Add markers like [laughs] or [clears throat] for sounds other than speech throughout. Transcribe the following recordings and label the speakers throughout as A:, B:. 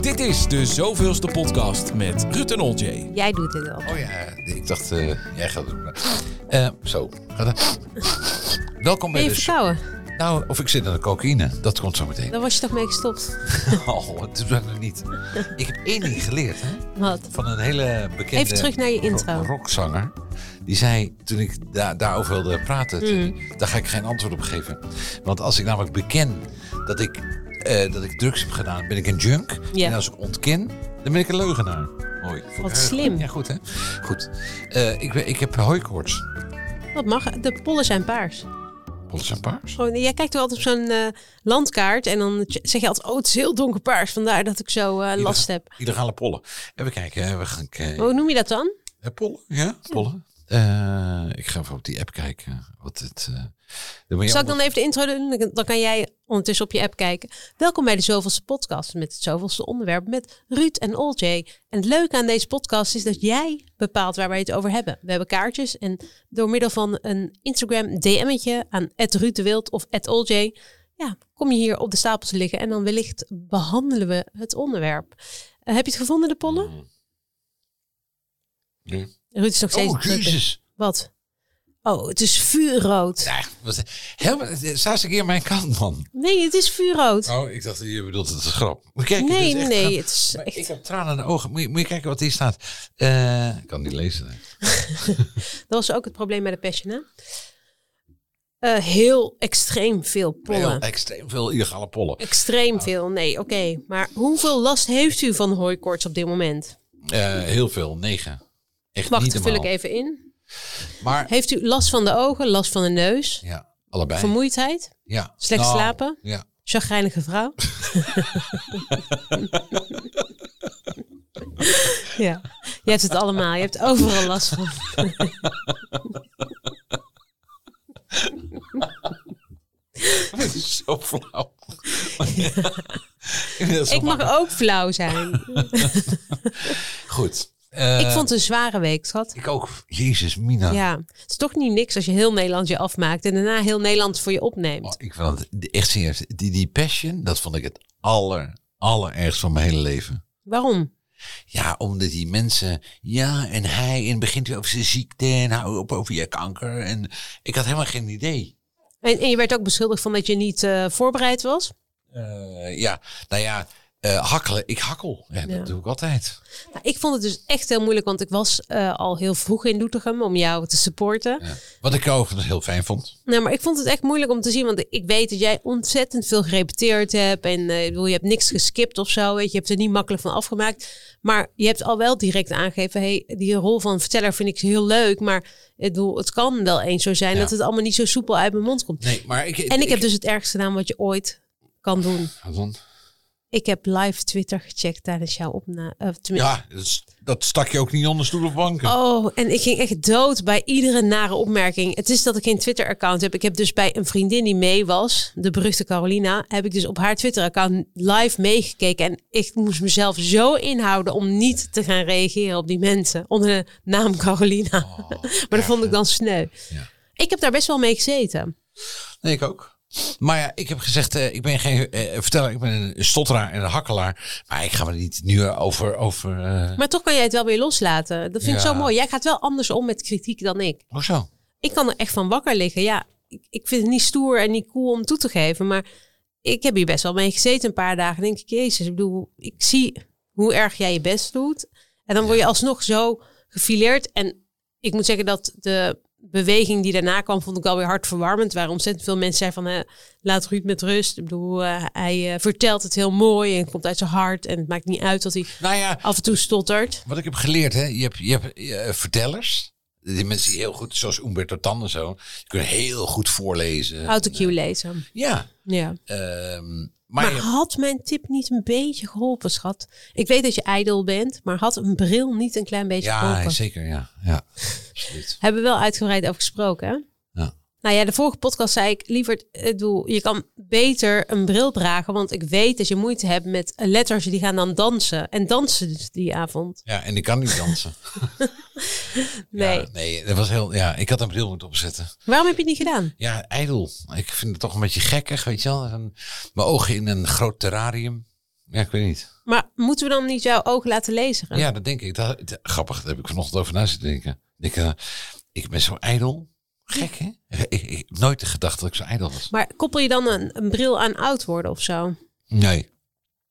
A: Dit is de zoveelste podcast met Ruud en Oljay.
B: Jij doet het wel.
C: Oh ja, ik dacht, eh, jij gaat het doen. Eh, zo. Gaat- Welkom bij
B: Ben je
C: de...
B: verkouden?
C: Nou, of ik zit aan de cocaïne, dat komt zo meteen.
B: Daar was je toch mee gestopt?
C: [laughs] Oh, het doet dat nog niet. Ik heb één ding geleerd, hè.
B: Wat?
C: Van een hele bekende...
B: Even terug naar je intro.
C: ro- Rockzanger. Die zei, toen ik da- daarover wilde praten,
B: Mm.
C: zei hij, daar ga ik geen antwoord op geven. Want als ik namelijk beken dat ik, eh, dat ik drugs heb gedaan, ben ik een junk.
B: Ja.
C: En als ik ontken, dan ben ik een leugenaar. Mooi. Vond ik
B: Wat
C: heel goed.
B: slim.
C: Ja, goed hè. Goed. Eh, ik, ben- ik heb hooikoorts.
B: Wat mag? De pollen zijn paars.
C: Hollands en paars.
B: Gewoon, jij kijkt wel altijd op zo'n eh, landkaart en dan zeg je altijd, oh het is heel donker paars. Vandaar dat ik zo eh, last heb. Oh.
C: Illegale pollen. Even kijken, hè, we gaan kijken.
B: Hoe noem je dat dan?
C: Eh, pollen, ja, pollen. Eh, ik ga even op die app kijken. Wat het, eh, dan moet
B: Zal
C: je
B: ik
C: allemaal-
B: dan even de intro doen? Dan- Dan kan jij ondertussen op je app kijken. Welkom bij de Zoveelste Podcast met het Zoveelste onderwerp met Ruud en Oljay. En het leuke aan deze podcast is dat jij bepaalt waar wij het over hebben. We hebben kaartjes en door middel van een Instagram DM'tje aan Ruud de Wild of Oljay... Ja, kom je hier op de stapel te liggen en dan wellicht behandelen we het onderwerp. Eh, heb je het gevonden, de pollen?
C: Hmm. Nee.
B: Ruud is nog steeds...
C: Oh,
B: drukker.
C: jezus.
B: Wat? Oh, het is vuurrood.
C: Ja, wat, helemaal, staat ze keer aan mijn kant, man.
B: Nee, het is vuurrood.
C: Oh, ik dacht, je bedoelt het is een grap. Moet je kijken,
B: Nee,
C: dit is echt
B: nee,
C: grap.
B: het is
C: Maar
B: echt...
C: Ik heb tranen in de ogen. Moet je, moet je kijken wat hier staat. Eh, ik kan niet lezen. hè.
B: Dat was ook het probleem bij de Passion, hè? Eh, heel extreem veel pollen.
C: Heel e- extreem veel illegale pollen.
B: Extreem veel, nee, oké. Maar hoeveel last heeft u van hooikoorts op dit moment?
C: Eh, heel veel, negen. Echt
B: Wacht,
C: niet
B: dat vul ik
C: normaal.
B: even in.
C: Maar,
B: Heeft u last van de ogen, last van de neus,
C: ja, allebei.
B: vermoeidheid,
C: ja.
B: slecht
C: Nou,
B: slapen?
C: Ja. [laughs]
B: chagrijnige vrouw? ja, je hebt het allemaal. Je hebt overal last
C: [laughs]
B: van.
C: Dit is zo flauw.
B: [laughs]
C: [laughs] Ik vind dat zo
B: Ik mag
C: makkelijk.
B: ook flauw
C: [laughs]
B: zijn.
C: Goed. Eh,
B: ik vond het een zware week, schat.
C: ik ook. Jezus, Mina.
B: Ja, het is toch niet niks als je heel Nederland je afmaakt en daarna heel Nederland voor je
C: Oh,
B: opneemt.
C: ik vond het echt serieus. Die, die passion, dat vond ik het aller, allerergst van mijn hele leven.
B: Waarom?
C: Ja, omdat die mensen, ja, en hij, en begint weer over zijn ziekte, en hou op over je kanker. En ik had helemaal geen idee.
B: En, en je werd ook beschuldigd van dat je niet eh, voorbereid was.
C: Eh, ja, nou ja, eh, hakkelen, ik hakkel. Ja,
B: Ja.
C: Dat doe ik altijd.
B: Nou, ik vond het dus echt heel moeilijk, want ik was eh, al heel vroeg in Doetinchem om jou te supporten.
C: Ja. Wat ik overigens heel fijn vond.
B: Nou, maar ik vond het echt moeilijk om te zien, want ik weet dat jij ontzettend veel gerepeteerd hebt. En eh, ik bedoel, je hebt niks geskipt of zo, weet je. Je hebt er niet makkelijk van afgemaakt. Maar je hebt al wel direct aangegeven, hey, die rol van verteller vind ik heel leuk. Maar ik bedoel, het kan wel eens zo zijn
C: Ja.
B: dat het allemaal niet zo soepel uit mijn mond komt.
C: Nee, maar ik...
B: En ik heb dus het ergste gedaan wat je ooit kan doen.
C: Wat dan?
B: Ik heb live Twitter gecheckt tijdens jouw eh, opname.
C: Ja, dat is- dat stak je ook niet onder stoel of banken.
B: Oh, en ik ging echt dood bij iedere nare opmerking. Het is dat ik geen Twitter-account heb. Ik heb dus bij een vriendin die mee was, de beruchte Carolina, heb ik dus op haar Twitter-account live meegekeken. En ik moest mezelf zo inhouden om niet te gaan reageren op die mensen onder de naam Carolina. [laughs] maar dat vond ik dan sneu.
C: Oh, Ja.
B: Ik heb daar best wel mee gezeten.
C: Nee, ik ook. Maar ja, ik heb gezegd, eh, ik ben geen eh, verteller, ik ben een stotteraar en een hakkelaar. Maar ik ga me niet nu over... over eh,
B: Maar toch kan jij het wel weer loslaten. Dat vind ik
C: Ja.
B: zo mooi. Jij gaat wel anders om met kritiek dan ik.
C: Hoezo?
B: ik kan er echt van wakker liggen. Ja, ik, ik vind het niet stoer en niet cool om toe te geven. Maar ik heb hier best wel mee gezeten een paar dagen. Denk ik, jezus, ik bedoel, ik zie hoe erg jij je best doet. En dan word je alsnog zo gefileerd. En ik moet zeggen dat de beweging die daarna kwam, vond ik wel weer hartverwarmend. Waar ontzettend veel mensen zeiden van, eh, laat Ruud met rust. Ik bedoel, eh, hij eh, vertelt het heel mooi en het komt uit zijn hart. En het maakt niet uit dat hij
C: Nou ja,
B: af en toe stottert.
C: wat ik heb geleerd, hè, je hebt, je hebt eh, vertellers. Die mensen die heel goed, zoals Umberto Tan en zo, die kunnen heel goed voorlezen.
B: Autocue lezen.
C: Ja.
B: Ja.
C: ehm, maar
B: Maar
C: je-
B: had mijn tip niet een beetje geholpen, schat? Ik weet dat je ijdel bent, maar had een bril niet een klein beetje
C: ja,
B: geholpen?
C: zeker, ja.
B: [laughs]
C: ja. Absoluut.
B: Hebben we wel uitgebreid over gesproken, hè?
C: Ja.
B: Nou ja, de vorige podcast zei ik, liever, doe, je kan beter een bril dragen, want ik weet dat je moeite hebt met letters die gaan dan dansen. En dansen dus die avond.
C: Ja, en ik kan niet dansen.
B: Nee.
C: Ja, nee, dat was heel... Ja, ik had een bril moeten opzetten.
B: Waarom heb je het niet gedaan?
C: Ja, ijdel. Ik vind het toch een beetje gekkig, weet je wel. Een- Mijn ogen in een groot terrarium. Ja, ik weet niet.
B: Maar moeten we dan niet jouw ogen laten lezen?
C: Ja, dat denk ik. Dat, dat- grappig, daar heb ik vanochtend over na zitten denken. Ik, denk, eh, ik ben zo ijdel. Gek, hè? Ik, ik- ik heb nooit gedacht dat ik zo ijdel was.
B: Maar koppel je dan een, een bril aan oud worden of zo?
C: Nee.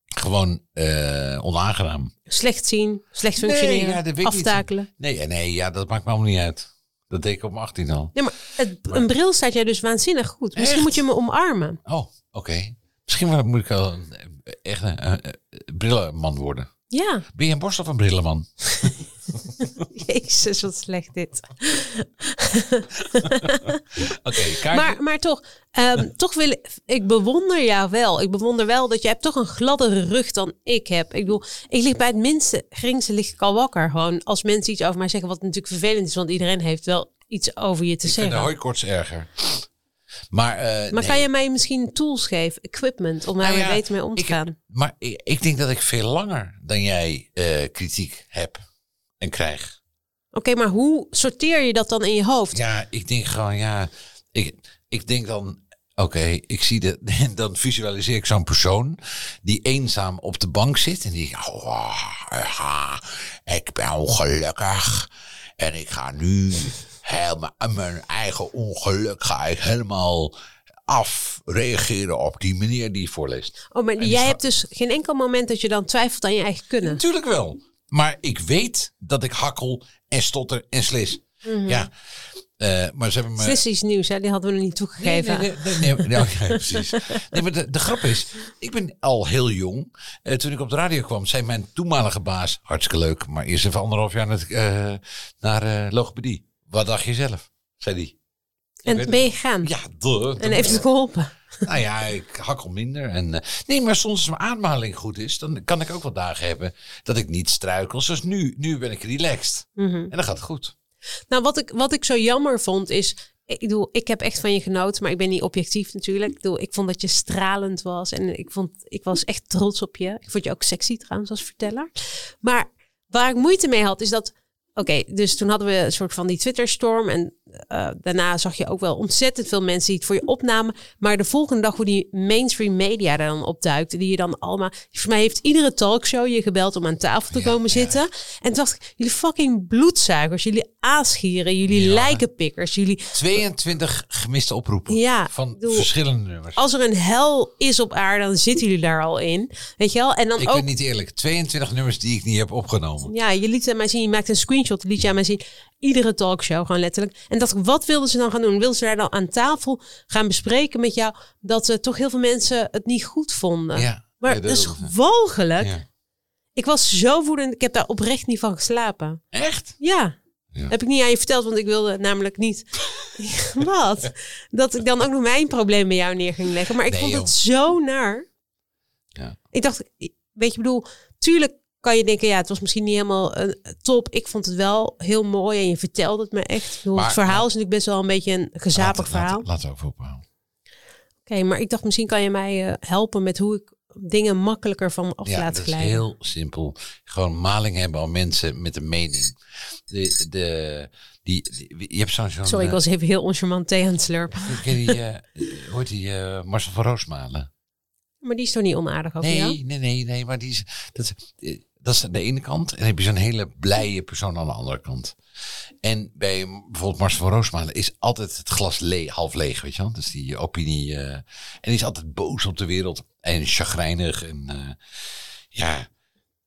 C: Gewoon eh, onaangenaam.
B: Slecht zien, slecht functioneren,
C: ja, dat weet ik niet.
B: aftakelen.
C: Nee, eh, nee ja, dat maakt me allemaal niet uit. Dat deed ik op mijn 18 al.
B: Nee, maar, het, een bril staat jij dus waanzinnig goed. Misschien
C: Echt?
B: moet je me omarmen.
C: Oh, oké. Misschien wel- moet ik wel een, eh, echt een, eh, eh, brillenman worden.
B: Ja,
C: Ben je een borst of een brillenman?
B: jezus, wat slecht dit.
C: Oké, kaartje.
B: Maar, maar toch, ehm, toch wil ik, ik bewonder jou wel. Ik bewonder wel dat jij hebt toch een gladdere rug dan ik heb. Ik bedoel, ik lig bij het minste geringste lig ik al wakker. Gewoon als mensen iets over mij zeggen, wat natuurlijk vervelend is, want iedereen heeft wel iets over je te
C: ik vind de
B: zeggen.
C: hooikoorts erger. Maar, eh,
B: Maar
C: nee.
B: ga je mij misschien tools geven, equipment, om daar
C: Nou
B: weer
C: ja,
B: beter mee om te
C: ik-
B: gaan?
C: Maar ik, ik denk dat ik veel langer dan jij eh, kritiek heb en krijg.
B: Oké, maar hoe sorteer je dat dan in je hoofd?
C: Ja, ik denk gewoon, ja. Ik, ik denk dan, oké, ik zie dat. [laughs] Dan visualiseer ik zo'n persoon die eenzaam op de bank zit. En die, oh, ja, ik ben gelukkig. En ik ga nu helemaal eh, mijn eigen ongeluk ga ik helemaal afreageren op die meneer die voorleest.
B: Oh, maar jij hebt dus geen enkel moment dat je dan twijfelt aan je eigen kunnen.
C: Natuurlijk wel. Maar ik weet dat ik hakkel en stotter en slis. Ja. Eh, maar ze hebben me...
B: Het is iets nieuws, hè? die hadden we nog niet toegegeven.
C: Nee, nee, nee, nee, nee, nee, ja, precies. Nee, maar de, de grap is, ik ben al heel jong. Eh, toen ik op de radio kwam, zei mijn toenmalige baas, hartstikke leuk, maar eerst even anderhalf jaar naar, het, eh, naar eh, logopedie. Wat dacht je zelf? Zei die. weet
B: En ben je gegaan?
C: Ja, duh.
B: en heeft het geholpen?
C: Nou ja, ik hakkel minder. En, eh, nee, maar soms als mijn ademhaling goed is, dan kan ik ook wel dagen hebben dat ik niet struikel. Zoals nu, nu ben ik relaxed.
B: Mhm.
C: En dan gaat het goed.
B: Nou, wat ik, wat ik zo jammer vond is. Ik bedoel, ik heb echt van je genoten, maar ik ben niet objectief natuurlijk. Ik bedoel, ik vond dat je stralend was en ik, vond, ik was echt trots op je. Ik vond je ook sexy trouwens als verteller. Maar waar ik moeite mee had, is dat... Oké, dus toen hadden we een soort van die Twitterstorm en eh, daarna zag je ook wel ontzettend veel mensen die het voor je opnamen. Maar de volgende dag hoe die mainstream media daar dan opduikte, die je dan allemaal... Volgens mij heeft iedere talkshow je gebeld om aan tafel te
C: Ja,
B: komen
C: ja.
B: zitten. En toen dacht ik, jullie fucking bloedzuigers, jullie aasgieren, jullie
C: Ja.
B: lijkenpikkers, jullie...
C: 22 gemiste oproepen
B: Ja,
C: van
B: ik bedoel- Oh,
C: verschillende nummers.
B: Als er een hel is op aarde, dan zitten jullie daar al in. Weet je wel? En dan
C: Ik
B: ook...
C: ben niet eerlijk. 22 nummers die ik niet heb opgenomen.
B: Ja, je liet aan mij zien, je maakte een screenshot, liet je aan mij zien. Iedere talkshow, gewoon letterlijk. En dacht ik, wat wilden ze dan gaan doen? Wilden ze daar dan aan tafel gaan bespreken met jou... dat eh, toch heel veel mensen het niet goed vonden?
C: Ja,
B: Maar
C: ja,
B: dat is
C: wilden
B: walgelijk.
C: Ja.
B: Ik was zo woedend, ik heb daar oprecht niet van geslapen.
C: Echt?
B: Ja.
C: Ja.
B: Heb ik niet aan je verteld, want ik wilde namelijk
C: [laughs]
B: niet. [laughs] Wat? Dat ik dan ook nog mijn probleem bij jou neer ging leggen. Maar ik
C: Nee,
B: vond
C: joh.
B: het zo naar.
C: Ja.
B: Ik dacht, weet je, ik bedoel, tuurlijk kan je denken, ja, het was misschien niet helemaal eh, top. Ik vond het wel heel mooi en je vertelde het me echt. Ik bedoel,
C: Maar-
B: het verhaal is natuurlijk best wel een beetje een gezapig
C: Laat-
B: verhaal.
C: Laat,
B: Oké,
C: laat we over ophouden.
B: maar ik dacht, misschien kan je mij eh, helpen met hoe ik dingen makkelijker van me af
C: Ja,
B: laat
C: dat
B: glijden.
C: is heel simpel. Gewoon maling hebben aan mensen met een mening. De, de, die, die- je hebt zo'n... zo'n,
B: Sorry, ik
C: eh,
B: was even heel oncharmant thee aan het slurpen.
C: ken je die, eh, hoe heet die eh, Marcel van Roosmalen?
B: Maar die is toch niet onaardig over jou?
C: Nee, nee, nee, nee. Maar die is, dat, eh, dat is aan de ene kant. En dan heb je zo'n hele blije persoon aan de andere kant. En bij bijvoorbeeld Mars van Roosmalen is altijd het glas le half leeg, weet je wel. Dus die opinie. eh, en die is altijd boos op de wereld. En chagrijnig. En eh, ja.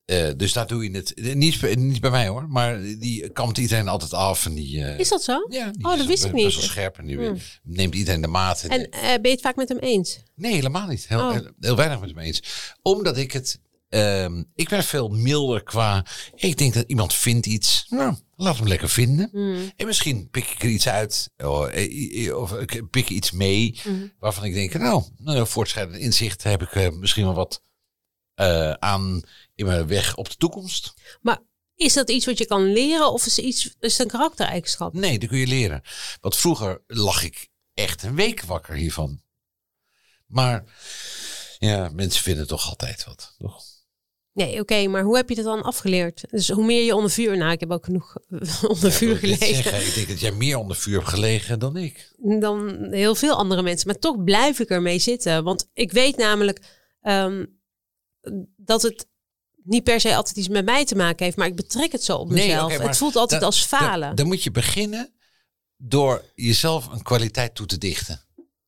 C: eh, dus daar doe je het. eh, Niet, bij- niet bij mij hoor. Maar die kampt iedereen altijd af. En die, eh,
B: Is dat zo?
C: ja, die
B: Oh, dat
C: is
B: wist ik
C: best
B: niet. Hmm.
C: wel scherp. En die neemt iedereen de maat. En,
B: En eh, ben je het vaak met hem eens?
C: Nee, helemaal niet. Heel,
B: Oh.
C: heel, heel weinig met hem eens. Omdat ik het. ehm, ik ben veel milder qua. Ik denk dat iemand vindt iets. Nou, laat hem lekker vinden.
B: Mm.
C: En misschien pik ik er iets uit. Of, eh, eh, of ik pik iets mee. Waarvan ik denk, nou, nou, voortschrijdend inzicht heb ik eh, misschien wel wat eh, aan in mijn weg op de toekomst.
B: Maar is dat iets wat je kan leren of is het, iets, is het een karaktereigenschap?
C: Nee, dat kun je leren. Want vroeger lag ik echt een week wakker hiervan. Maar ja, mensen vinden toch altijd wat, toch?
B: Nee, oké, maar hoe heb je dat dan afgeleerd? Dus hoe meer je onder vuur... Nou, ik heb ook genoeg [laughs] onder vuur
C: Ik wil dit
B: gelegen
C: zeggen, ik denk dat jij meer onder vuur hebt gelegen dan ik.
B: dan heel veel andere mensen. Maar toch blijf ik ermee zitten. Want ik weet namelijk... ehm, dat het niet per se altijd iets met mij te maken heeft, maar ik betrek het zo op
C: Nee,
B: mezelf.
C: oké, maar
B: het voelt altijd
C: dan-
B: als falen.
C: Dan, dan moet je beginnen door jezelf een kwaliteit toe te dichten.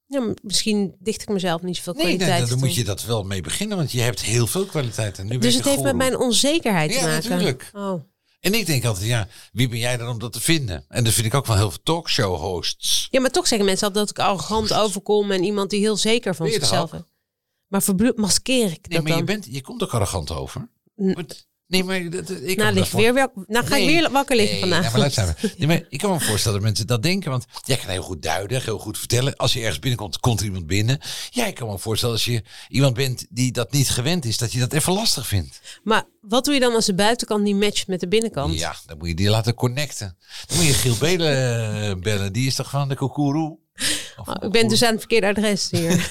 B: ja, maar misschien dicht ik mezelf niet zoveel
C: Nee,
B: kwaliteit.
C: dan, dan moet je dat wel mee beginnen, want je hebt heel veel kwaliteiten. Nu ben
B: dus
C: je
B: het heeft met
C: goeroe.
B: mijn onzekerheid
C: Ja,
B: te maken.
C: natuurlijk.
B: Oh.
C: En ik denk altijd, ja, wie ben jij dan om dat te vinden? En dat vind ik ook wel heel veel talkshow-hosts.
B: Ja, maar toch zeggen mensen altijd dat ik arrogant overkom en iemand die heel zeker van
C: Ben je dat
B: zichzelf
C: ook?
B: is. Maar verbloed maskeer ik
C: Nee,
B: dat
C: maar je,
B: dan?
C: bent, je komt ook arrogant over.
B: N-
C: Maar t- Nee, maar dat- dat- ik
B: Nou, lig
C: heb daarvoor-
B: weer wel, nou ga
C: Nee.
B: ik weer wakker liggen
C: Nee,
B: vandaag.
C: nou, maar
B: [laughs]
C: luister even. Nee, maar ik kan me voorstellen dat mensen dat denken. Want jij kan heel goed duiden, heel goed vertellen. Als je ergens binnenkomt, komt er iemand binnen. Ja, ik kan me voorstellen als je iemand bent die dat niet gewend is, dat je dat even lastig vindt.
B: Maar wat doe je dan als de buitenkant niet matcht met de binnenkant?
C: Ja, dan moet je die laten connecten. Dan moet je Giel Belen eh, bellen. Die is toch van de koekoeroe? Of
B: Oh, ik ben dus aan het verkeerde adres
C: Oh.
B: hier.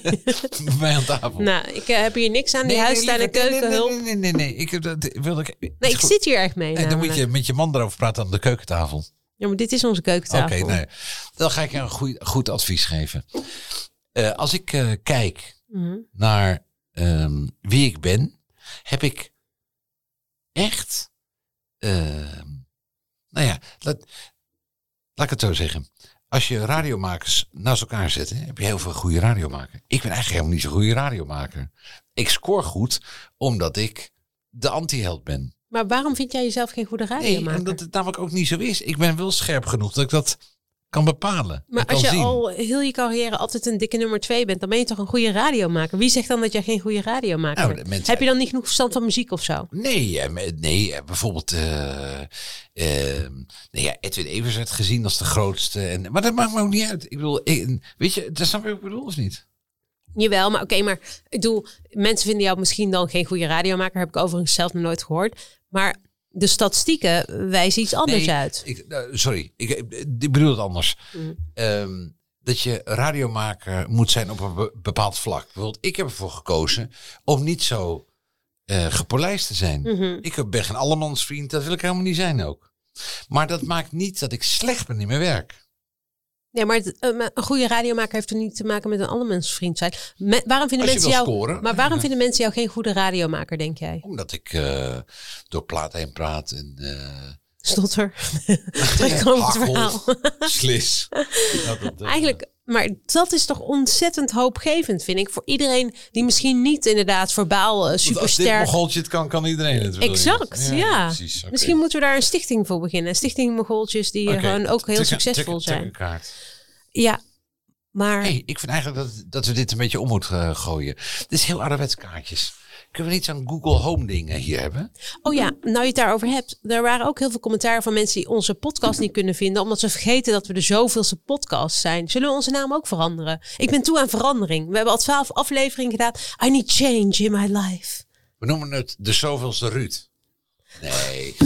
C: [laughs] bij mij aan tafel.
B: nou, ik eh, heb hier niks aan die huistuin en
C: liever- nee, nee,
B: keukenhulp. Nee,
C: Nee, nee, nee. nee. Ik, heb dat, wilde ik, nee,
B: ik zit hier echt mee.
C: En dan moet
B: namelijk.
C: je met je man erover praten aan de keukentafel.
B: Ja, maar dit is onze
C: Oké,
B: keukentafel.
C: nee. Dan ga ik je een goed, goed advies geven. Eh, als ik eh, kijk
B: Mhm.
C: naar ehm, wie ik ben, heb ik echt. ehm, nou ja, laat, laat ik het zo zeggen. Als je radiomakers naast elkaar zet, hè, heb je heel veel goede radiomaker. Ik ben eigenlijk helemaal niet zo'n goede radiomaker. Ik scoor goed omdat ik de anti-held ben.
B: Maar waarom vind jij jezelf geen goede
C: Nee,
B: radiomaker?
C: omdat het namelijk ook niet zo is. Ik ben wel scherp genoeg dat ik dat kan bepalen. en
B: maar
C: kan
B: als je
C: zien.
B: al heel je carrière altijd een dikke nummer twee bent, dan ben je toch een goede radiomaker? Wie zegt dan dat jij geen goede radiomaker
C: Nou,
B: bent?
C: de mensen-
B: Heb je dan niet genoeg verstand van muziek of zo?
C: Nee, eh, me- nee eh, bijvoorbeeld eh, ehm, nee, ja, Edwin Evers werd gezien als de grootste. En, maar dat maakt me ook niet uit. Ik bedoel, ik- weet je, dat snap je wat ik bedoel of niet?
B: Jawel, maar oké, maar ik bedoel, mensen vinden jou misschien dan geen goede radiomaker. Heb ik overigens zelf nog nooit gehoord. Maar de statistieken wijzen iets anders
C: Nee,
B: uit. Mhm.
C: Ik, nou, sorry, ik, ik- ik bedoel het anders. Ehm, dat je radiomaker moet zijn op een be- bepaald vlak. Bijvoorbeeld, ik heb ervoor gekozen om niet zo eh, gepolijst te zijn.
B: Mhm.
C: Ik ben geen allemansvriend, dat wil ik helemaal niet zijn ook. Maar dat maakt niet dat ik slecht ben in mijn werk.
B: Nee, maar het- eh, maar een goede radiomaker heeft er niet te maken met een ander mens vriend zijn. Me- waarom vinden
C: Als je
B: mensen jou,
C: wil scoren,
B: maar waarom
C: ja.
B: vinden mensen jou geen goede radiomaker, denk jij?
C: Omdat ik eh, door plaat heen praat en...
B: [laughs]
C: eh, [laughs]
B: Stotter. Terugkomen op het
C: Hakkel,
B: verhaal.
C: [laughs]
B: [laughs]
C: Slis. Ja, dat, eh,
B: Eigenlijk, maar dat is toch ontzettend hoopgevend, vind ik. Voor iedereen die misschien niet inderdaad verbaal eh,
C: want Als dit
B: supersterk.
C: mogoltje het kan, kan iedereen het. bedoel je?
B: Exact, ja.
C: Precies, oké.
B: Misschien moeten we daar een stichting voor beginnen. Stichting Mogoltjes die eh,
C: Oké,
B: gewoon ook heel
C: tik-
B: succesvol
C: tik- tik-
B: zijn.
C: tik- kaart.
B: Ja, maar
C: Hey, ik vind eigenlijk dat, dat we dit een beetje om moeten eh, gooien. Dit is heel ouderwets kaartjes. Kunnen we niet zo'n Google Home ding eh, hier hebben?
B: oh ja, nou je het daarover hebt. Er waren ook heel veel commentaren van mensen die onze podcast niet kunnen vinden. Omdat ze vergeten dat we de zoveelste podcast zijn. Zullen we onze naam ook veranderen? Ik ben toe aan verandering. We hebben al twaalf afleveringen gedaan. I need change in my life.
C: We noemen het de zoveelste Ruud. Nee.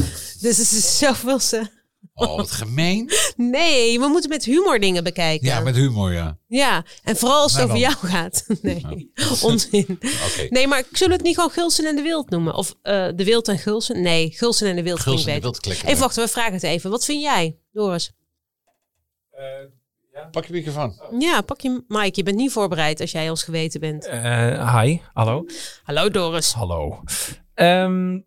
B: Dus het is de zoveelste.
C: Oh, wat
B: [laughs]
C: gemeen.
B: Nee, we moeten met humor dingen bekijken.
C: Ja, met humor, ja.
B: Ja, en vooral als het
C: Nou
B: over
C: dan. Nou.
B: jou gaat. [laughs] Nee, onzin.
C: Oké.
B: Nee, maar zullen we het niet gewoon Gulsen en de Wild noemen? Of eh, de Wild en Gulsen? Nee, Gulsen en de Wild
C: Gulsen en
B: klinkt beter.
C: de Wild klikken.
B: Even wachten, we vragen het even. Wat vind jij, Doris?
C: Pak je microfoon.
B: Ja, pak je Mike. Je bent niet voorbereid als jij ons geweten bent.
D: Eh, hi, hallo.
B: Hallo Doris.
D: Hallo. Ehm,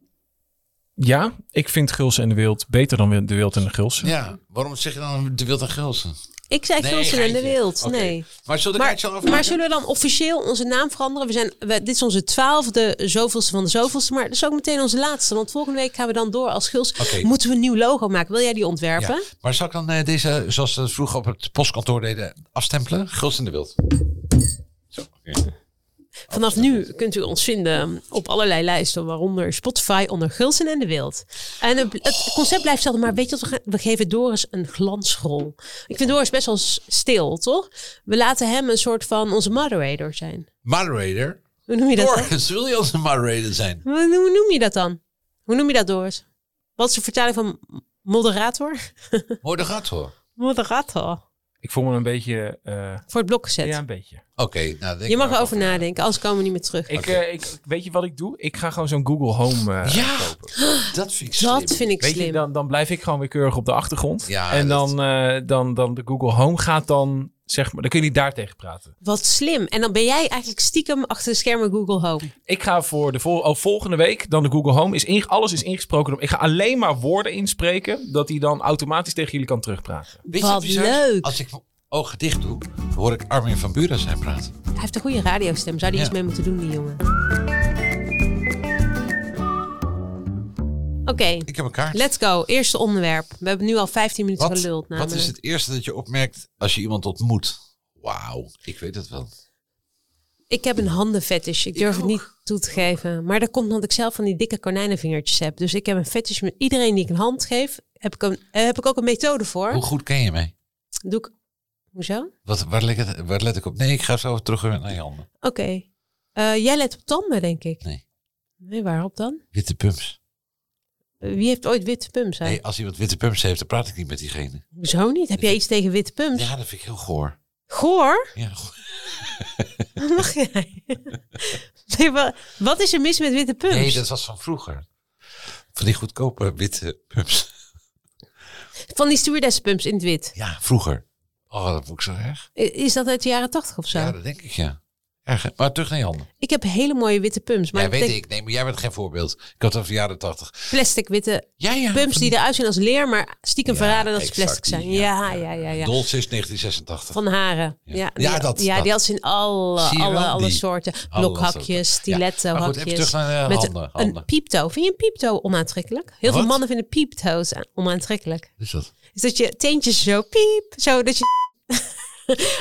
D: ja, ik vind Gulsen en de Wild beter dan de Wild en de Gulsen.
C: Ja, waarom zeg je dan de Wild en Gulsen?
B: Ik zei Gulsen en de
C: geintje.
B: Wild.
C: Oké.
B: Nee.
C: Maar zullen we het zo
B: Maar,
C: afmaken?
B: maar zullen we dan officieel onze naam veranderen? We zijn, we- dit is onze twaalfde, zoveelste van de zoveelste. Maar dat is ook meteen onze laatste. Want volgende week gaan we dan door als Gulsen.
C: Oké.
B: Moeten we een nieuw logo maken? Wil jij die ontwerpen?
C: Ja. Maar zal ik dan eh, deze, zoals ze vroeger op het postkantoor deden, afstempelen? Guls in de wild. Zo, oké.
B: Vanaf nu kunt u ons vinden op allerlei lijsten, waaronder Spotify onder Gulsen en de Wild. En het, het concept blijft hetzelfde, maar weet je wat we gaan? We geven Doris een glansrol. Ik vind Doris best wel s- stil, toch? We laten hem een soort van onze moderator zijn.
C: Moderator.
B: Hoe noem je dat dan?
C: [laughs] Doris, wil je onze moderator zijn?
B: Hoe hoe noem je dat dan? Hoe noem je dat, Doris? Wat is de vertaling van moderator?
C: Hoor de gat hoor.
B: Moderator.
D: Ik voel me een beetje... eh,
B: Voor het blok gezet.
D: ja, een beetje.
C: Oké, nou denk
B: je mag
C: maar
B: erover nadenken, anders komen we niet meer terug.
D: Ik, eh, ik, weet je wat ik doe? Ik ga gewoon zo'n Google Home eh,
C: Ja.
D: kopen.
B: [gasps]
C: Dat vind ik slim.
B: dat vind ik
D: Weet je,
B: slim.
D: dan, dan blijf ik gewoon weer keurig op de achtergrond.
C: Ja,
D: en
C: dat-
D: dan, eh, dan, dan de Google Home gaat dan Zeg maar, dan kun je niet daar tegen praten.
B: Wat slim. En dan ben jij eigenlijk stiekem achter de schermen Google Home.
D: Ik ga voor de vol- oh, volgende week dan de Google Home. Is inge- alles is ingesproken. door- Ik ga alleen maar woorden inspreken. Dat hij dan automatisch tegen jullie kan terugpraten.
C: Weet
B: Wat
C: bizar is?
B: leuk.
C: Als ik mijn ogen dicht doe, dan hoor ik Armin van Buren zijn praten.
B: Hij heeft een goede radiostem. Zou die
C: Ja.
B: iets mee moeten doen, die jongen? Oké,
C: Ik heb een kaart.
B: let's go. Eerste onderwerp. We hebben nu al 15 minuten
C: wat,
B: geluld.
C: wat
B: Namelijk.
C: is het eerste dat je opmerkt als je iemand ontmoet? Wauw, ik weet het wel.
B: Ik heb een handenfetish. Ik durf het niet toe te geven. Maar dat komt omdat ik zelf van die dikke konijnenvingertjes heb. Dus ik heb een fetish met iedereen die ik een hand geef. Heb ik, een, eh, heb ik ook een methode voor.
C: Hoe goed ken je mij?
B: Doe ik... Hoezo? Oké.
C: Wat, waar, let ik, waar let ik op? Nee, ik ga zo terug weer naar je handen.
B: Eh, jij let op tanden, denk ik.
C: Nee.
B: Nee, waarop dan?
C: Witte pumps.
B: Eh, Wie heeft ooit witte pumps? aan?
C: Nee, als iemand witte pumps heeft, dan praat ik niet met diegene.
B: Hoezo niet? Heb jij iets tegen witte pumps?
C: Ja, dat vind ik heel goor.
B: Goor?
C: Ja, goor.
B: Wat mag jij? [laughs] nee, wa- wat is er mis met witte pumps?
C: Nee, dat was van vroeger. Van die goedkope witte pumps.
B: Van die stewardessenpumps in het wit.
C: Ja, vroeger. Oh, dat vond ik zo erg.
B: I- Is dat uit de jaren tachtig of zo?
C: Ja, dat denk ik, ja. Erg, hè? maar terug naar je handen.
B: Ik heb hele mooie witte pumps. Maar
C: ja,
B: ik
C: weet
B: denk
C: ik. Nee, maar jij bent geen voorbeeld. Ik had het over de jaren tachtig.
B: plastic witte
C: Ja, ja.
B: pumps
C: van
B: die eruit zien als leer, maar stiekem
C: Ja,
B: verraden dat ze
C: exact
B: plastic
C: die,
B: zijn. Ja, ja,
C: ja.
B: ja, ja.
C: Dolce is 1986.
B: Van haren. Ja, die,
C: Ja, dat-
B: ja,
C: dat.
B: die had ze in alle,
C: Zie je
B: alle,
C: wel?
B: alle
C: Die-
B: soorten.
C: Alle soorten.
B: Blokhakjes, stiletto,
C: Ja, maar goed, even
B: hakjes.
C: terug naar eh,
B: met
C: handen.
B: een-
C: handen.
B: een pieptoe. Vind je een pieptoe onaantrekkelijk? Heel veel
C: Wat?
B: mannen vinden pieptoes aan- onaantrekkelijk.
C: Is dat?
B: Is Dus dat je teentjes zo piep, zo dat je [laughs]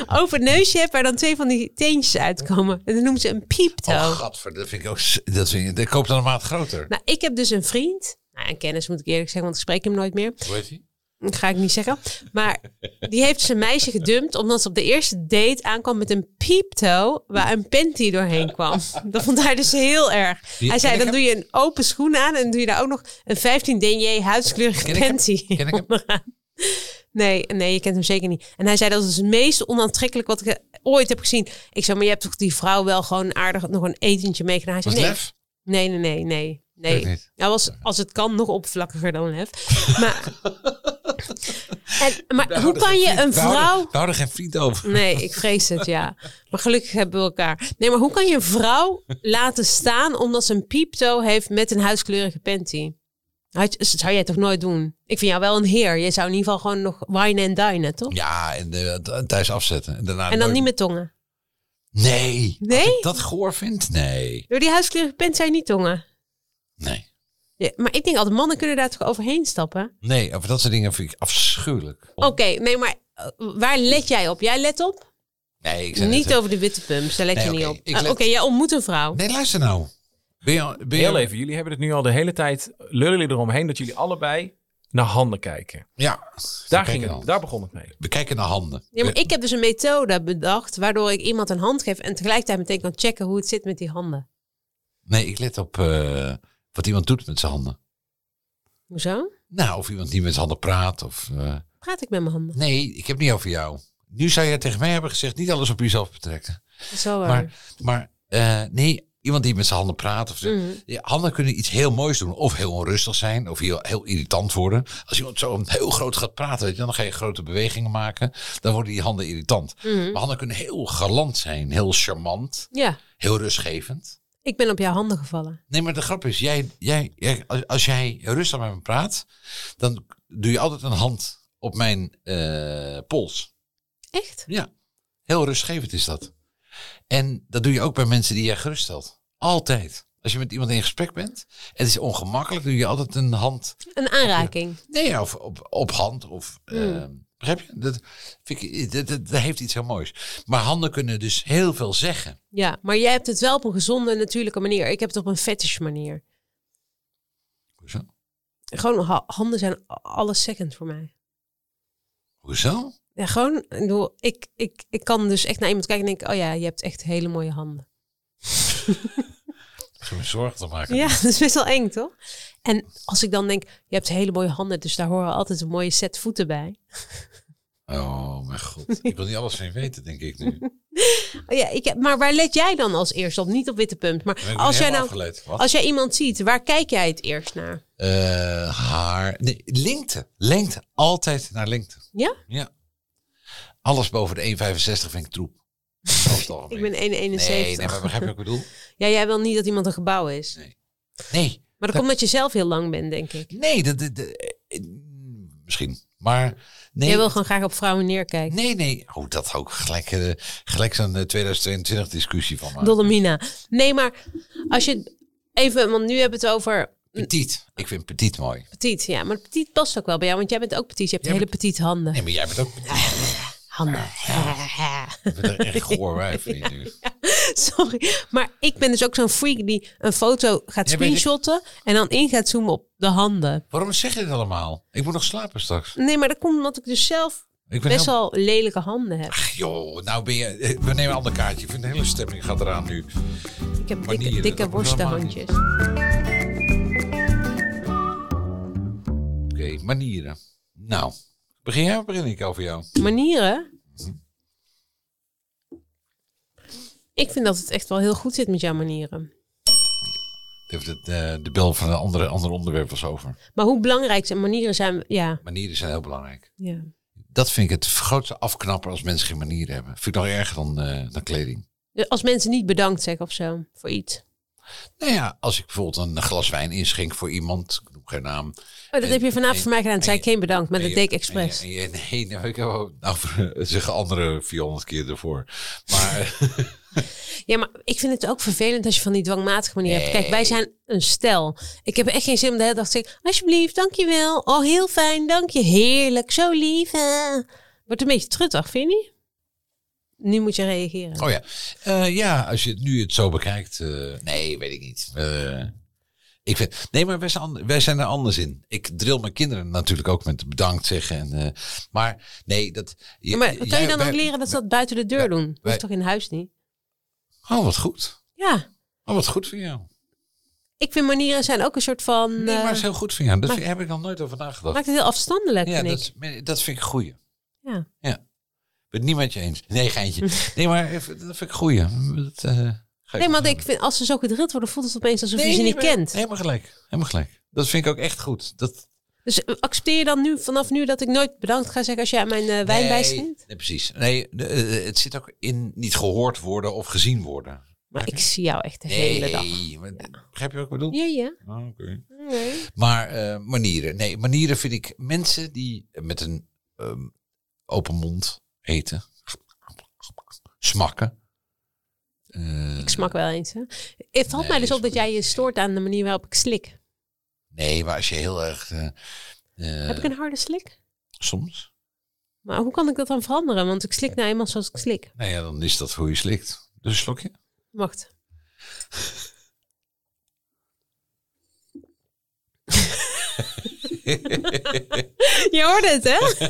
B: over het neusje hebt, waar dan twee van die teentjes uitkomen. En dat noemen ze een pieptoe.
C: Oh, gadver, dat vind ik ook... s- Dat vind ik, ik koop dan een maat groter.
B: nou, ik heb dus een vriend. Nou, een kennis moet ik eerlijk zeggen, want ik spreek hem nooit meer.
C: Hoe heet die?
B: Dat ga ik niet zeggen. Maar die heeft zijn meisje gedumpt omdat ze op de eerste date aankwam met een pieptoe waar een panty doorheen kwam. Dat vond hij dus heel erg.
C: Die-
B: Hij zei,
C: ken
B: dan
C: ik
B: doe je een open schoen aan en doe je daar ook nog een 15 dj huidskleurige
C: Ken ik hem?
B: panty
C: Ken ik hem?
B: [laughs] onderaan. Nee, nee, je kent hem zeker niet. En hij zei, dat is het meest onaantrekkelijk wat ik eh, ooit heb gezien. Ik zei, maar je hebt toch die vrouw wel gewoon aardig nog een etentje meegenomen? Hij
C: Was
B: zei, nee,
C: Lef?
B: nee, nee, nee, nee.
C: Weet ik
B: nee.
C: niet.
B: Hij was, als het kan, nog oppervlakkiger dan Lef.
C: [laughs]
B: Maar, en, maar
C: Nou,
B: hoe kan je een
C: We houden-
B: vrouw...
C: We houden geen vriend over.
B: Nee, ik vrees het, ja. Maar gelukkig hebben we elkaar. Nee, maar hoe kan je een vrouw laten staan omdat ze een pieptoe heeft met een huiskleurige panty? Had je- Dat zou jij toch nooit doen? Ik vind jou wel een heer. Je zou in ieder geval gewoon nog wine en dinen, toch?
C: Ja, en eh, thuis afzetten. En, daarna
B: en dan
C: nooit-
B: niet met tongen.
C: Nee.
B: Nee?
C: Als ik dat goor vind? Nee.
B: Door die huiskleurige panty zijn niet tongen.
C: Nee.
B: Ja, maar ik denk altijd, mannen kunnen daar toch overheen stappen?
C: Nee, over dat soort dingen vind ik afschuwelijk.
B: Oké, nee, maar eh, waar let jij op? Jij let op?
C: Nee, ik zei net- eh,
B: Niet over de witte pumps, daar let
C: Nee,
B: je
C: oké,
B: niet op.
C: ik
B: Ah, Oké,
C: let-
B: jij ontmoet een vrouw.
C: Nee, luister nou. Ben je, ben je-
D: Heel even, jullie hebben het nu al de hele tijd. Lullen jullie eromheen dat jullie allebei naar handen kijken.
C: Ja.
D: Daar,
C: We kijken
D: ging
C: naar-
D: het, daar begon het mee.
C: We kijken naar handen.
B: Ja, maar ik heb dus een methode bedacht waardoor ik iemand een hand geef en tegelijkertijd meteen kan checken hoe het zit met die handen.
C: Nee, ik let op eh, wat iemand doet met zijn handen.
B: Hoezo?
C: Nou, of iemand die met zijn handen praat. Of, eh,
B: Praat ik met mijn handen.
C: Nee, ik heb het niet over jou. Nu zou jij tegen mij hebben gezegd, niet alles op jezelf betrekken.
B: Dat is wel waar.
C: Maar, maar eh, nee, iemand die met zijn handen praat. Of zo.
B: Mhm.
C: Ja, handen kunnen iets heel moois doen. Of heel onrustig zijn. Of heel, heel irritant worden. Als iemand zo heel groot gaat praten, weet je, dan ga je grote bewegingen maken. Dan worden die handen irritant.
B: Mhm.
C: Maar handen kunnen heel galant zijn. Heel charmant.
B: Ja,
C: Heel rustgevend.
B: ik ben op jouw handen gevallen.
C: Nee, maar de grap is, jij, jij, jij- als, als jij rustig met me praat, dan doe je altijd een hand op mijn eh, pols.
B: Echt?
C: Ja, heel rustgevend is dat. En dat doe je ook bij mensen die jij geruststelt. Altijd. Als je met iemand in gesprek bent, het is ongemakkelijk, doe je altijd een hand.
B: Een aanraking.
C: Nee, ja, of op, op hand. Of, eh, begrijp je? Dat, vind ik, eh, dat, dat, dat heeft iets heel moois. Maar handen kunnen dus heel veel zeggen.
B: Ja, maar jij hebt het wel op een gezonde en natuurlijke manier. Ik heb het op een fetish manier.
C: Hoezo?
B: Gewoon ha- handen zijn alles second voor mij.
C: Hoezo?
B: Ja, gewoon, ik, bedoel, ik, ik, ik kan dus echt naar iemand kijken en denken, oh ja, je hebt echt hele mooie handen.
C: Ik me zorgen te maken.
B: Ja, [laughs] dat is best wel eng, toch? En als ik dan denk, je hebt hele mooie handen, dus daar horen altijd een mooie set voeten bij.
C: Oh, mijn god. Ik wil niet alles van je weten, denk ik nu. Dan
B: Oh ja, ik heb, maar waar let jij dan als eerst op? Niet op witte pump,
C: ben
B: maar
C: ik
B: als
C: helemaal
B: jij, nou,
C: Afgeleid. Wat?
B: als jij iemand ziet, waar kijk jij het eerst naar?
C: Eh, haar. Nee, lengte. Lengte. Altijd naar lengte.
B: Ja?
C: Ja. Alles boven de 1,65 vind ik troep. Over het algemeen.
B: Ik ben 1,71.
C: Nee, nee, maar begrijp je wat ik bedoel?
B: Ja, jij wil niet dat iemand een gebouw is.
C: Nee. Nee,
B: Maar dat,
C: Dat-
B: komt omdat je zelf heel lang bent, denk ik.
C: nee, dat, dat- dat- eh, misschien. Maar nee,
B: Jij wil gewoon graag op vrouwen neerkijken.
C: nee, nee. Oh, dat hou ik gelijk, eh, gelijk zo'n eh, 2022 discussie van maken.
B: Dolomina. Nee, maar als je even, want nu hebben we het over
C: Petit. Ik vind petit mooi.
B: petit. Ja, maar petit past ook wel bij jou, want jij bent ook petit. Je hebt
C: Jij
B: hele petite handen.
C: Nee, maar jij bent
B: [laughs]
C: ook petit.
B: Handen. [laughs]
C: Je bent een echt goor wijf. vind je nu.
B: Sorry. Maar ik ben dus ook zo'n freak die een foto gaat
C: Ja, weet ik.
B: screenshotten en dan in gaat zoomen op de handen.
C: Waarom zeg je dit allemaal? Ik moet nog slapen straks.
B: Nee, maar dat komt omdat ik dus zelf
C: Ik ben
B: best
C: heel-
B: wel lelijke handen heb.
C: Joh, nou ben je... eh, We nemen een ander kaartje. Ik vind de hele stemming gaat eraan nu.
B: Ik heb
C: Manieren,
B: dikke, dikke
C: dat moet wel
B: worstenhandjes.
C: Oké, manieren. Nou, begin jij of begin ik over jou?
B: Manieren? Ik vind dat het echt wel heel goed zit met jouw manieren.
C: Heeft het, eh, de bel van een andere, ander onderwerp was over.
B: Maar hoe belangrijk zijn manieren zijn? Ja,
C: Manieren zijn heel belangrijk.
B: ja.
C: Dat vind ik het grootste afknapper als mensen geen manieren hebben. Vind ik nog erger dan, eh, dan kleding.
B: Dus Als mensen niet bedankt zeggen of zo voor iets. Oh,
C: Nou ja, als ik bijvoorbeeld een glas wijn inschenk voor iemand, ik noem geen naam.
B: Oh, dat
C: En-
B: heb je vanavond
C: en-
B: voor mij gedaan. Het zei
C: en-
B: ik geen bedankt, maar
C: En
B: dat
C: je-
B: deed ik expres.
C: en je- en je- [laughs] nee, nou, ik heb ook- nou, zeg andere 400 keer ervoor. Maar
B: Ja, maar ik vind het ook vervelend als je van die dwangmatige manier hebt. Kijk, wij zijn een stel. Ik heb echt geen zin om de hele dag te zeggen... Alsjeblieft, dankjewel. Oh, heel fijn, dank je. Heerlijk, zo lief. eh." Wordt een beetje truttig, vind je niet? Nu moet je reageren.
C: Oh ja. Eh, ja, als je het nu het zo bekijkt. eh, nee, weet ik niet. Eh, ik vind, nee, maar wij zijn, an- wij zijn er anders in. Ik drill mijn kinderen natuurlijk ook met bedankt zeggen. En, eh, maar nee, dat. je-
B: maar kan
C: jij-
B: je dan
C: wij-
B: ook leren dat ze dat buiten de deur
C: wij-
B: doen? Dat
C: wij-
B: is toch in huis niet?
C: Oh, wat goed.
B: Ja,
C: Oh, wat goed van jou.
B: ik vind manieren zijn ook een soort van...
C: Nee, maar
B: eh,
C: het is heel goed van jou. Daar vind- heb ik nog nooit over nagedacht.
B: maakt het heel afstandelijk,
C: Ja,
B: vind
C: dat,
B: ik.
C: is- maar dat vind ik een goeie.
B: Ja.
C: Ja. Ben het niet met je eens. Nee, geintje. Nee, maar even- dat vind ik een goeie. Dat, eh, ga
B: Nee,
C: nog
B: want
C: doen.
B: ik vind, als ze zo gedrild worden, voelt het opeens alsof je ze
C: nee,
B: niet
C: maar-
B: kent.
C: Helemaal gelijk. Helemaal gelijk. Dat vind ik ook echt goed. Dat,
B: Dus eh, accepteer je dan nu, vanaf nu dat ik nooit bedankt ga zeggen als jij aan mijn eh, wijn
C: nee,
B: bijschenkt?
C: Nee, precies. Nee, de- eh, het zit ook in niet gehoord worden of gezien worden.
B: Maar ik zie jou echt de
C: Nee,
B: hele dag.
C: maar- begrijp je wat ik bedoel?
B: Ja, ja.
C: Ah, oké.
B: Nee.
C: Maar eh, manieren. Nee, manieren vind ik mensen die met een ehm, open mond eten, smakken. Eh,
B: Ik smak wel eens. Hè. Het valt
C: Nee,
B: mij dus op
C: sorry.
B: dat jij je stoort aan de manier waarop ik slik.
C: nee, maar als je heel erg. eh, eh,
B: Heb ik een harde slik?
C: Soms.
B: Maar hoe kan ik dat dan veranderen? Want ik slik nou eenmaal zoals ik slik.
C: Nou ja, dan is dat hoe je slikt. Dus een slokje. [laughs]
B: Wacht. Je hoorde het, hè?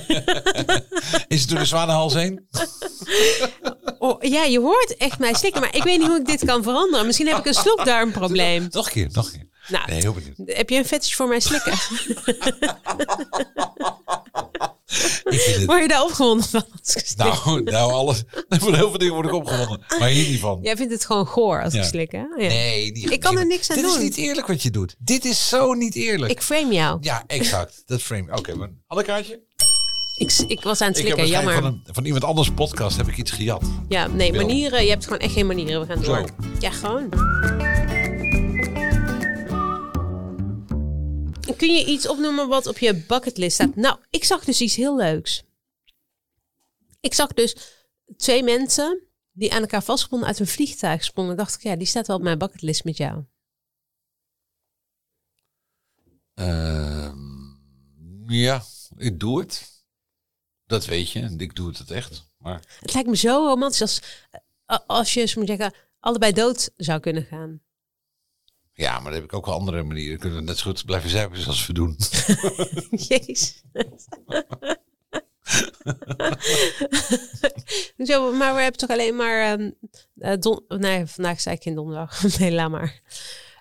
C: Is het door de zwanenhals heen?
B: Oh, ja, je hoort echt mij slikken, maar ik weet niet hoe ik dit kan veranderen. Misschien heb ik een slokdarmprobleem.
C: Nog een keer, nog een keer.
B: Nou,
C: Nee, heel benieuwd.
B: heb je een fetish voor mij slikken?
C: Ik vind het
B: Word je daar opgewonden van? als ik
C: [laughs]
B: slik?
C: Nou, nou alles. [laughs] Voor heel veel dingen word ik opgewonden. Maar hier niet van.
B: Jij vindt het gewoon goor als
C: Ja.
B: ik slik, hè? Ja.
C: Nee, niet,
B: Ik kan er niks aan
C: dit
B: doen.
C: Dit is niet eerlijk wat je doet. Dit is zo niet eerlijk.
B: Ik frame jou.
C: Ja, exact. Dat frame. Oké, maar ander kaartje?
B: Ik, s- ik was aan het
C: Ik
B: slikken,
C: heb waarschijnlijk
B: jammer.
C: Van, een, van iemand anders podcast heb ik iets gejat.
B: Ja, nee,
C: Wel.
B: manieren. Je hebt gewoon echt geen manieren. We gaan
C: Zo.
B: door. Ja, gewoon. En Kun je iets opnoemen wat op je bucketlist staat? Nou, ik zag dus iets heel leuks. Ik zag dus twee mensen die aan elkaar vastgebonden uit een vliegtuig sprongen. Dacht ik, ja, die staat wel op mijn bucketlist met jou.
C: Ehm, ja, ik doe het. Dat weet je. Ik doe het echt. Maar
B: Het lijkt me zo romantisch als, eh, als je, zo moet zeggen, allebei dood zou kunnen gaan.
C: ja, maar daar heb ik ook wel andere manieren. Kunnen we net zo goed blijven zuipen als we
B: [laughs]
C: doen.
B: Jezus. [laughs] Zo, maar we hebben toch alleen maar... ehm, eh, don- nee, vandaag zei ik geen donderdag. [laughs] nee, laat maar.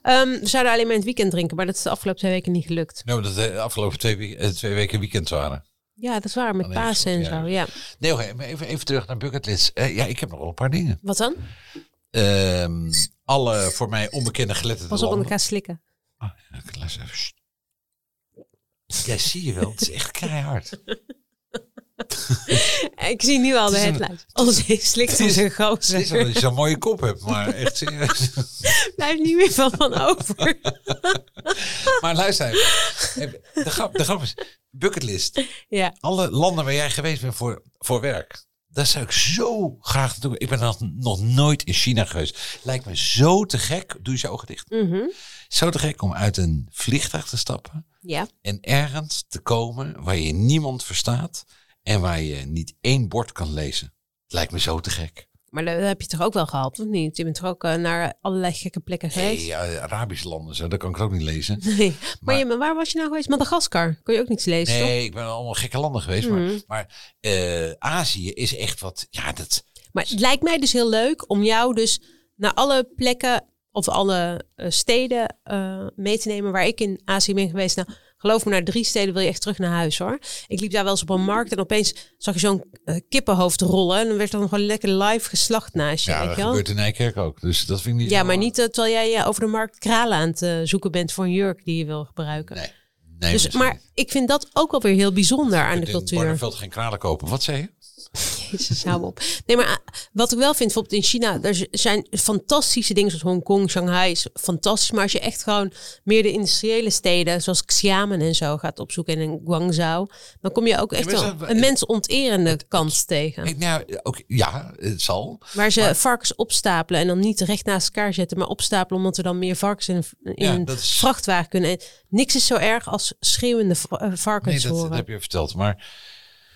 B: Ehm, we zouden alleen maar in het weekend drinken, maar dat is de afgelopen twee weken niet gelukt.
C: Nou, dat de afgelopen twee, weken- eh, twee weken weekend waren.
B: Ja, dat is waar, met
C: Alleen
B: Pasen en
C: goed, ja.
B: zo. Ja.
C: Nee, oké, maar even, even terug naar bucketlist. Eh, ja, ik heb nog wel een paar dingen.
B: Wat dan?
C: Ehm, alle voor mij onbekende geletterde
B: Pas op, want ik
C: landen.
B: ga slikken.
C: Ah, ja, ik luister even. Sst. Ja, zie je wel. Het is echt keihard.
B: Ik zie nu al de
C: Het is een-
B: headlines. Onze slikt is een
C: Het is
B: gozer.
C: wel dat je zo'n mooie kop hebt, maar echt serieus.
B: [laughs]
C: [laughs]
B: Blijft niet meer veel van over. [laughs]
C: maar luister even. De grap, de grap is, bucketlist.
B: Ja,
C: Alle landen waar jij geweest bent voor, voor werk. Daar zou ik zo graag naartoe. Ik ben nog, nog nooit in China geweest. Lijkt me zo te gek. Doe je je ogen dicht.
B: Mhm.
C: Zo te gek om uit een vliegtuig te stappen.
B: ja.
C: En ergens te komen waar je niemand verstaat. En waar je niet één bord kan lezen. Lijkt me zo te gek.
B: maar dat heb je toch ook wel gehad, of niet? Je bent toch ook eh, naar allerlei gekke plekken
C: Hey,
B: geweest?
C: eh, Arabische landen, zo, dat kan ik ook niet lezen.
B: Nee. Maar,
C: Maar-
B: je- maar waar was je nou geweest? Madagaskar. Kon je ook niets lezen, toch?
C: Nee, ik ben allemaal gekke landen geweest.
B: Mhm.
C: Maar, maar eh, Azië is echt wat. Ja, dat.
B: Maar het lijkt mij dus heel leuk om jou dus naar alle plekken of alle eh, steden eh, mee te nemen waar ik in Azië ben geweest. Nou, geloof me, naar drie steden wil je echt terug naar huis hoor. Ik liep daar wel eens op een markt en opeens zag je zo'n eh, kippenhoofd rollen. En dan werd dan gewoon lekker live geslacht naast je.
C: Ja,
B: weet
C: dat
B: je wel?
C: gebeurt in Nijkerk ook. Dus dat vind ik niet.
B: ja
C: zo-
B: maar niet eh, terwijl jij eh, over de markt kralen aan het eh, zoeken bent voor een jurk die je wil gebruiken.
C: Nee, nee
B: dus,
C: misschien
B: maar
C: niet.
B: ik vind dat ook alweer heel bijzonder aan de
C: Je kunt in
B: cultuur.
C: Barneveld geen kralen kopen. Wat zei je?
B: Jezus, hou op. Nee, maar ah, wat ik wel vind, bijvoorbeeld in China, er z- zijn fantastische dingen zoals Hongkong, Shanghai is fantastisch. Maar als je echt gewoon meer de industriële steden, zoals Xiamen en zo, gaat opzoeken en in Guangzhou, dan kom je ook echt
C: maar
B: wel
C: is dat-
B: een mensonterende kans tegen.
C: Ik, nou, ja, ook, ja, het zal.
B: waar ze varkens opstapelen en dan niet recht naast elkaar zetten, maar opstapelen omdat er dan meer varkens in, een v- in
C: Ja,
B: een
C: dat is-
B: vrachtwagen kunnen. En niks is zo erg als schreeuwende v- eh, varkens
C: Nee, dat, dat
B: horen.
C: heb je verteld. Maar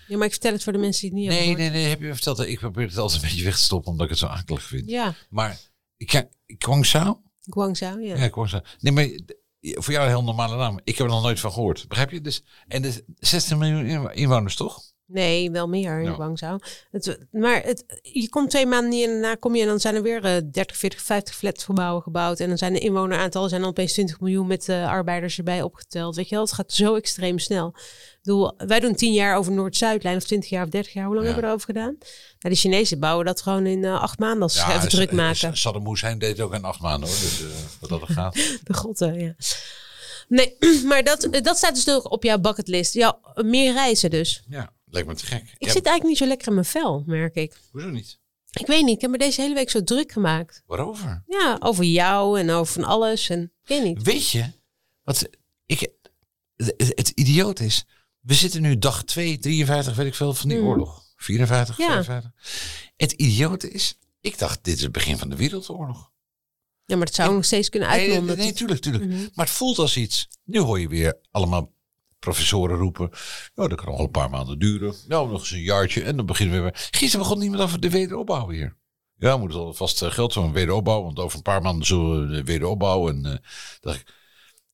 B: Ja, maar ik vertel het voor de mensen die het niet
C: nee,
B: hebben
C: nee, nee, heb je verteld. Ik probeer het altijd een beetje weg te stoppen omdat ik het zo akelig vind.
B: gehoord. Ja,
C: Maar ik, Guangzhou?
B: Guangzhou, ja.
C: Ja, Guangzhou. Nee, maar d- voor jou een heel normale naam. Ik heb er nog nooit van gehoord. Begrijp je? Dus, en dus 16 miljoen inwo- inwoners, toch?
B: Nee, wel meer in
C: Ja.
B: Guangzhou. Het, maar het, je komt twee maanden niet en daarna kom je en dan zijn er weer eh, 30, 40, 50 flatgebouwen gebouwd. En dan zijn de inwoneraantallen zijn dan opeens 20 miljoen met eh, arbeiders erbij opgeteld. Weet je wel, het gaat zo extreem snel. Ik bedoel, wij doen 10 jaar over Noord-Zuidlijn of 20 jaar of 30 jaar. Hoe lang
C: Ja.
B: hebben we erover gedaan? Nou, de Chinezen bouwen dat gewoon in eh, acht maanden als ze even druk maken.
C: Saddam Hussein deed het ook in acht maanden, hoor. Dus eh, wat dat er gaat.
B: De grotten, ja. Nee, [clears throat] maar dat, dat staat dus nog op jouw bucketlist. Ja, meer reizen dus.
C: [laughs] Ja, lijkt me te gek.
B: Ik
C: Ja,
B: zit eigenlijk niet zo lekker in mijn vel, merk ik.
C: Hoezo niet?
B: Ik weet niet, ik heb me deze hele week zo druk gemaakt.
C: Waarover?
B: Ja, over jou en over van alles en ik weet niet.
C: Weet je, wat ik, het, het idioot is, we zitten nu dag 2, 53, weet ik veel, van die
B: Mm.
C: oorlog. 54,
B: Ja.
C: 55. Het idioot is, ik dacht, dit is het begin van de wereldoorlog.
B: Ja, maar dat zou nog steeds kunnen
C: Nee, nee,
B: uitlonden.
C: nee, tuurlijk, tuurlijk.
B: Mhm.
C: Maar het voelt als iets. Nu hoor je weer allemaal professoren roepen. Ja, dat kan nog wel een paar maanden duren. Nou, nog eens een jaartje en dan beginnen we weer. Gisteren begon niemand over de wederopbouw weer. Ja, we moeten alvast eh, geld van wederopbouw, want over een paar maanden zullen we de wederopbouw. En eh dacht ik,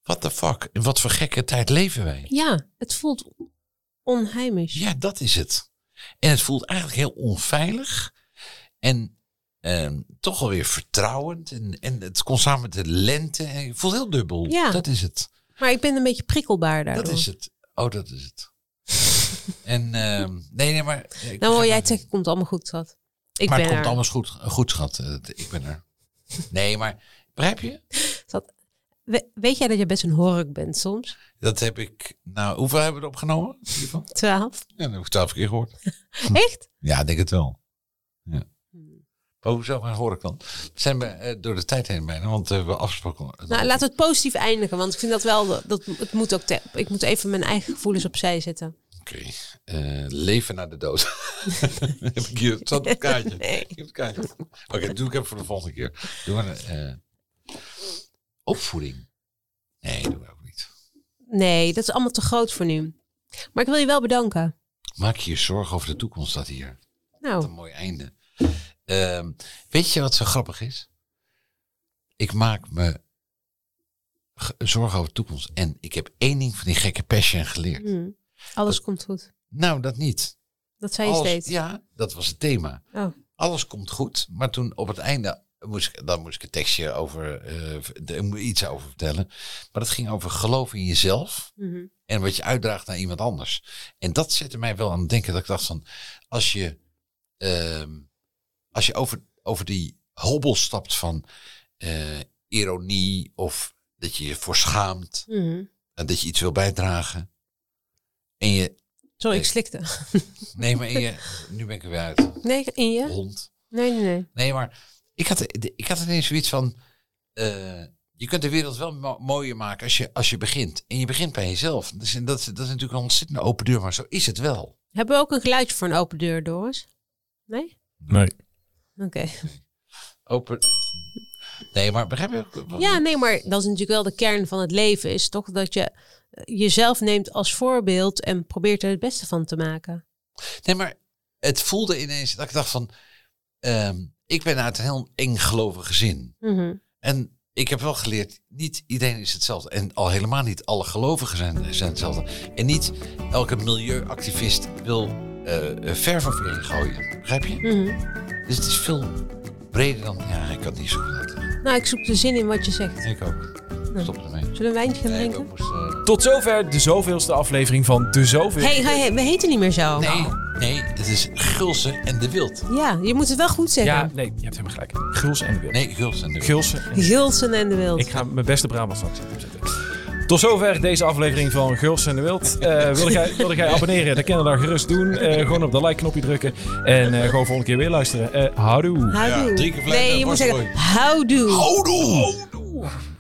C: what the fuck? In wat voor gekke tijd leven wij?
B: Ja, het voelt onheimisch.
C: Ja, dat is het. En het voelt eigenlijk heel onveilig. En ehm, toch alweer vertrouwend. En, en het komt samen met de lente. En Het voelt heel dubbel.
B: Ja.
C: Dat is het.
B: Maar ik ben een beetje prikkelbaar daardoor.
C: Dat is het. Oh, dat is
B: [laughs]
C: het. en ehm, nee, nee, maar. ik-
B: Nou, wil jij het zeggen, komt allemaal goed, schat. Ik
C: maar
B: ben
C: het komt
B: er.
C: allemaal goed, goed, schat. Eh, Ik ben er. Nee, maar begrijp je?
B: We- weet jij dat je best een hork bent soms?
C: Dat heb ik. Nou, hoeveel hebben we er opgenomen? Hiervan?
B: Twaalf.
C: Ja, dat heb ik twaalf keer gehoord. Hm.
B: Echt?
C: Ja, ik denk het wel. Ja.
B: Hmm.
C: Maar hoezo maar hoor ik dan? Zijn we eh, door de tijd heen bijna? Want eh, we afgesproken.
B: Nou, laten we het positief eindigen, want ik vind dat wel, dat, het moet ook, te- ik moet even mijn eigen gevoelens opzij zetten.
C: Oké. Eh, leven naar de dood.
B: [laughs]
C: heb ik hier het zat op het kaartje.
B: Nee.
C: Ik heb het kaartje. Oké, dat doe ik even voor de volgende keer. Doe maar eh, opvoeding. Nee, doen we ook niet.
B: Nee, dat is allemaal te groot voor nu. Maar ik wil je wel bedanken.
C: Maak je je zorgen over de toekomst, dat hier. Wat
B: Nou,
C: een mooi einde. Ehm, weet je wat zo grappig is? Ik maak me ge- zorgen over de toekomst. En ik heb één ding van die gekke passion geleerd.
B: hm, alles komt goed.
C: Nou, dat niet.
B: Dat zei je
C: Alles-
B: steeds.
C: ja, dat was het thema.
B: Oh.
C: alles komt goed. Maar toen op het einde moest ik, dan moest ik een tekstje over eh, de- mo- iets over vertellen. Maar dat ging over geloof in jezelf
B: Mhm.
C: en wat je uitdraagt naar iemand anders. En dat zette mij wel aan het denken dat ik dacht van als je, ehm, als je over, over die hobbel stapt van eh, ironie of dat je je voor schaamt
B: Mhm.
C: en dat je iets wil bijdragen. En je
B: Sorry, ik
C: Nee.
B: slikte.
C: Nee, maar in je, nu ben ik er weer uit.
B: Nee, in je?
C: Hond.
B: Nee, nee, nee.
C: Nee, maar ik had, ik had ineens zoiets van... eh, je kunt de wereld wel mo- mooier maken als je, als je begint. En je begint bij jezelf. Dus en dat, dat is natuurlijk een ontzettende open deur, maar zo is het wel.
B: Hebben we ook een geluidje voor een open deur, Doris? Nee?
D: Nee.
B: Oké.
C: Open... Nee, maar begrijp je? ook wat-
B: Ja, nee, maar dat is natuurlijk wel de kern van het leven. Is toch dat je eh, jezelf neemt als voorbeeld en probeert er het beste van te maken.
C: Nee, maar het voelde ineens dat ik dacht van... ehm, ik ben uit een heel eng gelovig gezin.
B: Mhm.
C: En ik heb wel geleerd, niet iedereen is hetzelfde. En al helemaal niet alle gelovigen zijn, zijn hetzelfde. En niet elke milieuactivist wil eh eh, verf over je heen gooien. Begrijp je?
B: Mhm.
C: Dus het is veel breder dan... Ja, ik kan het niet zo goed uitleggen.
B: Nou, ik zoek de zin in wat je zegt.
C: Ik ook. Stop ermee.
B: Zullen we een wijntje gaan
C: Nee,
B: drinken?
C: we moesten...
D: Tot zover de zoveelste aflevering van De Zoveel.
B: hey, hey, hey, we heten niet meer zo.
C: Nee, nee, het is Gulsen en de Wild.
B: Ja, je moet het wel goed zeggen.
D: Ja, nee, je hebt helemaal gelijk. Gulsen en de Wild.
C: Nee, Gulsen en de Wild.
D: Gulsen en de
B: Gilsen en de Wild.
D: Ik ga mijn beste Brabants accent opzetten. Tot zover deze aflevering van Gulsen en de Wild. Eh wil, jij, wil jij abonneren? Dan kan je dat gerust doen. Eh, gewoon op dat like-knopje drukken. En eh, gewoon volgende keer weer luisteren. Eh houdoe.
B: Houdoe.
C: drie keer vlees
B: nee,
C: en
B: je moet
C: borstkooi.
B: zeggen houdoe.
C: Houdoe!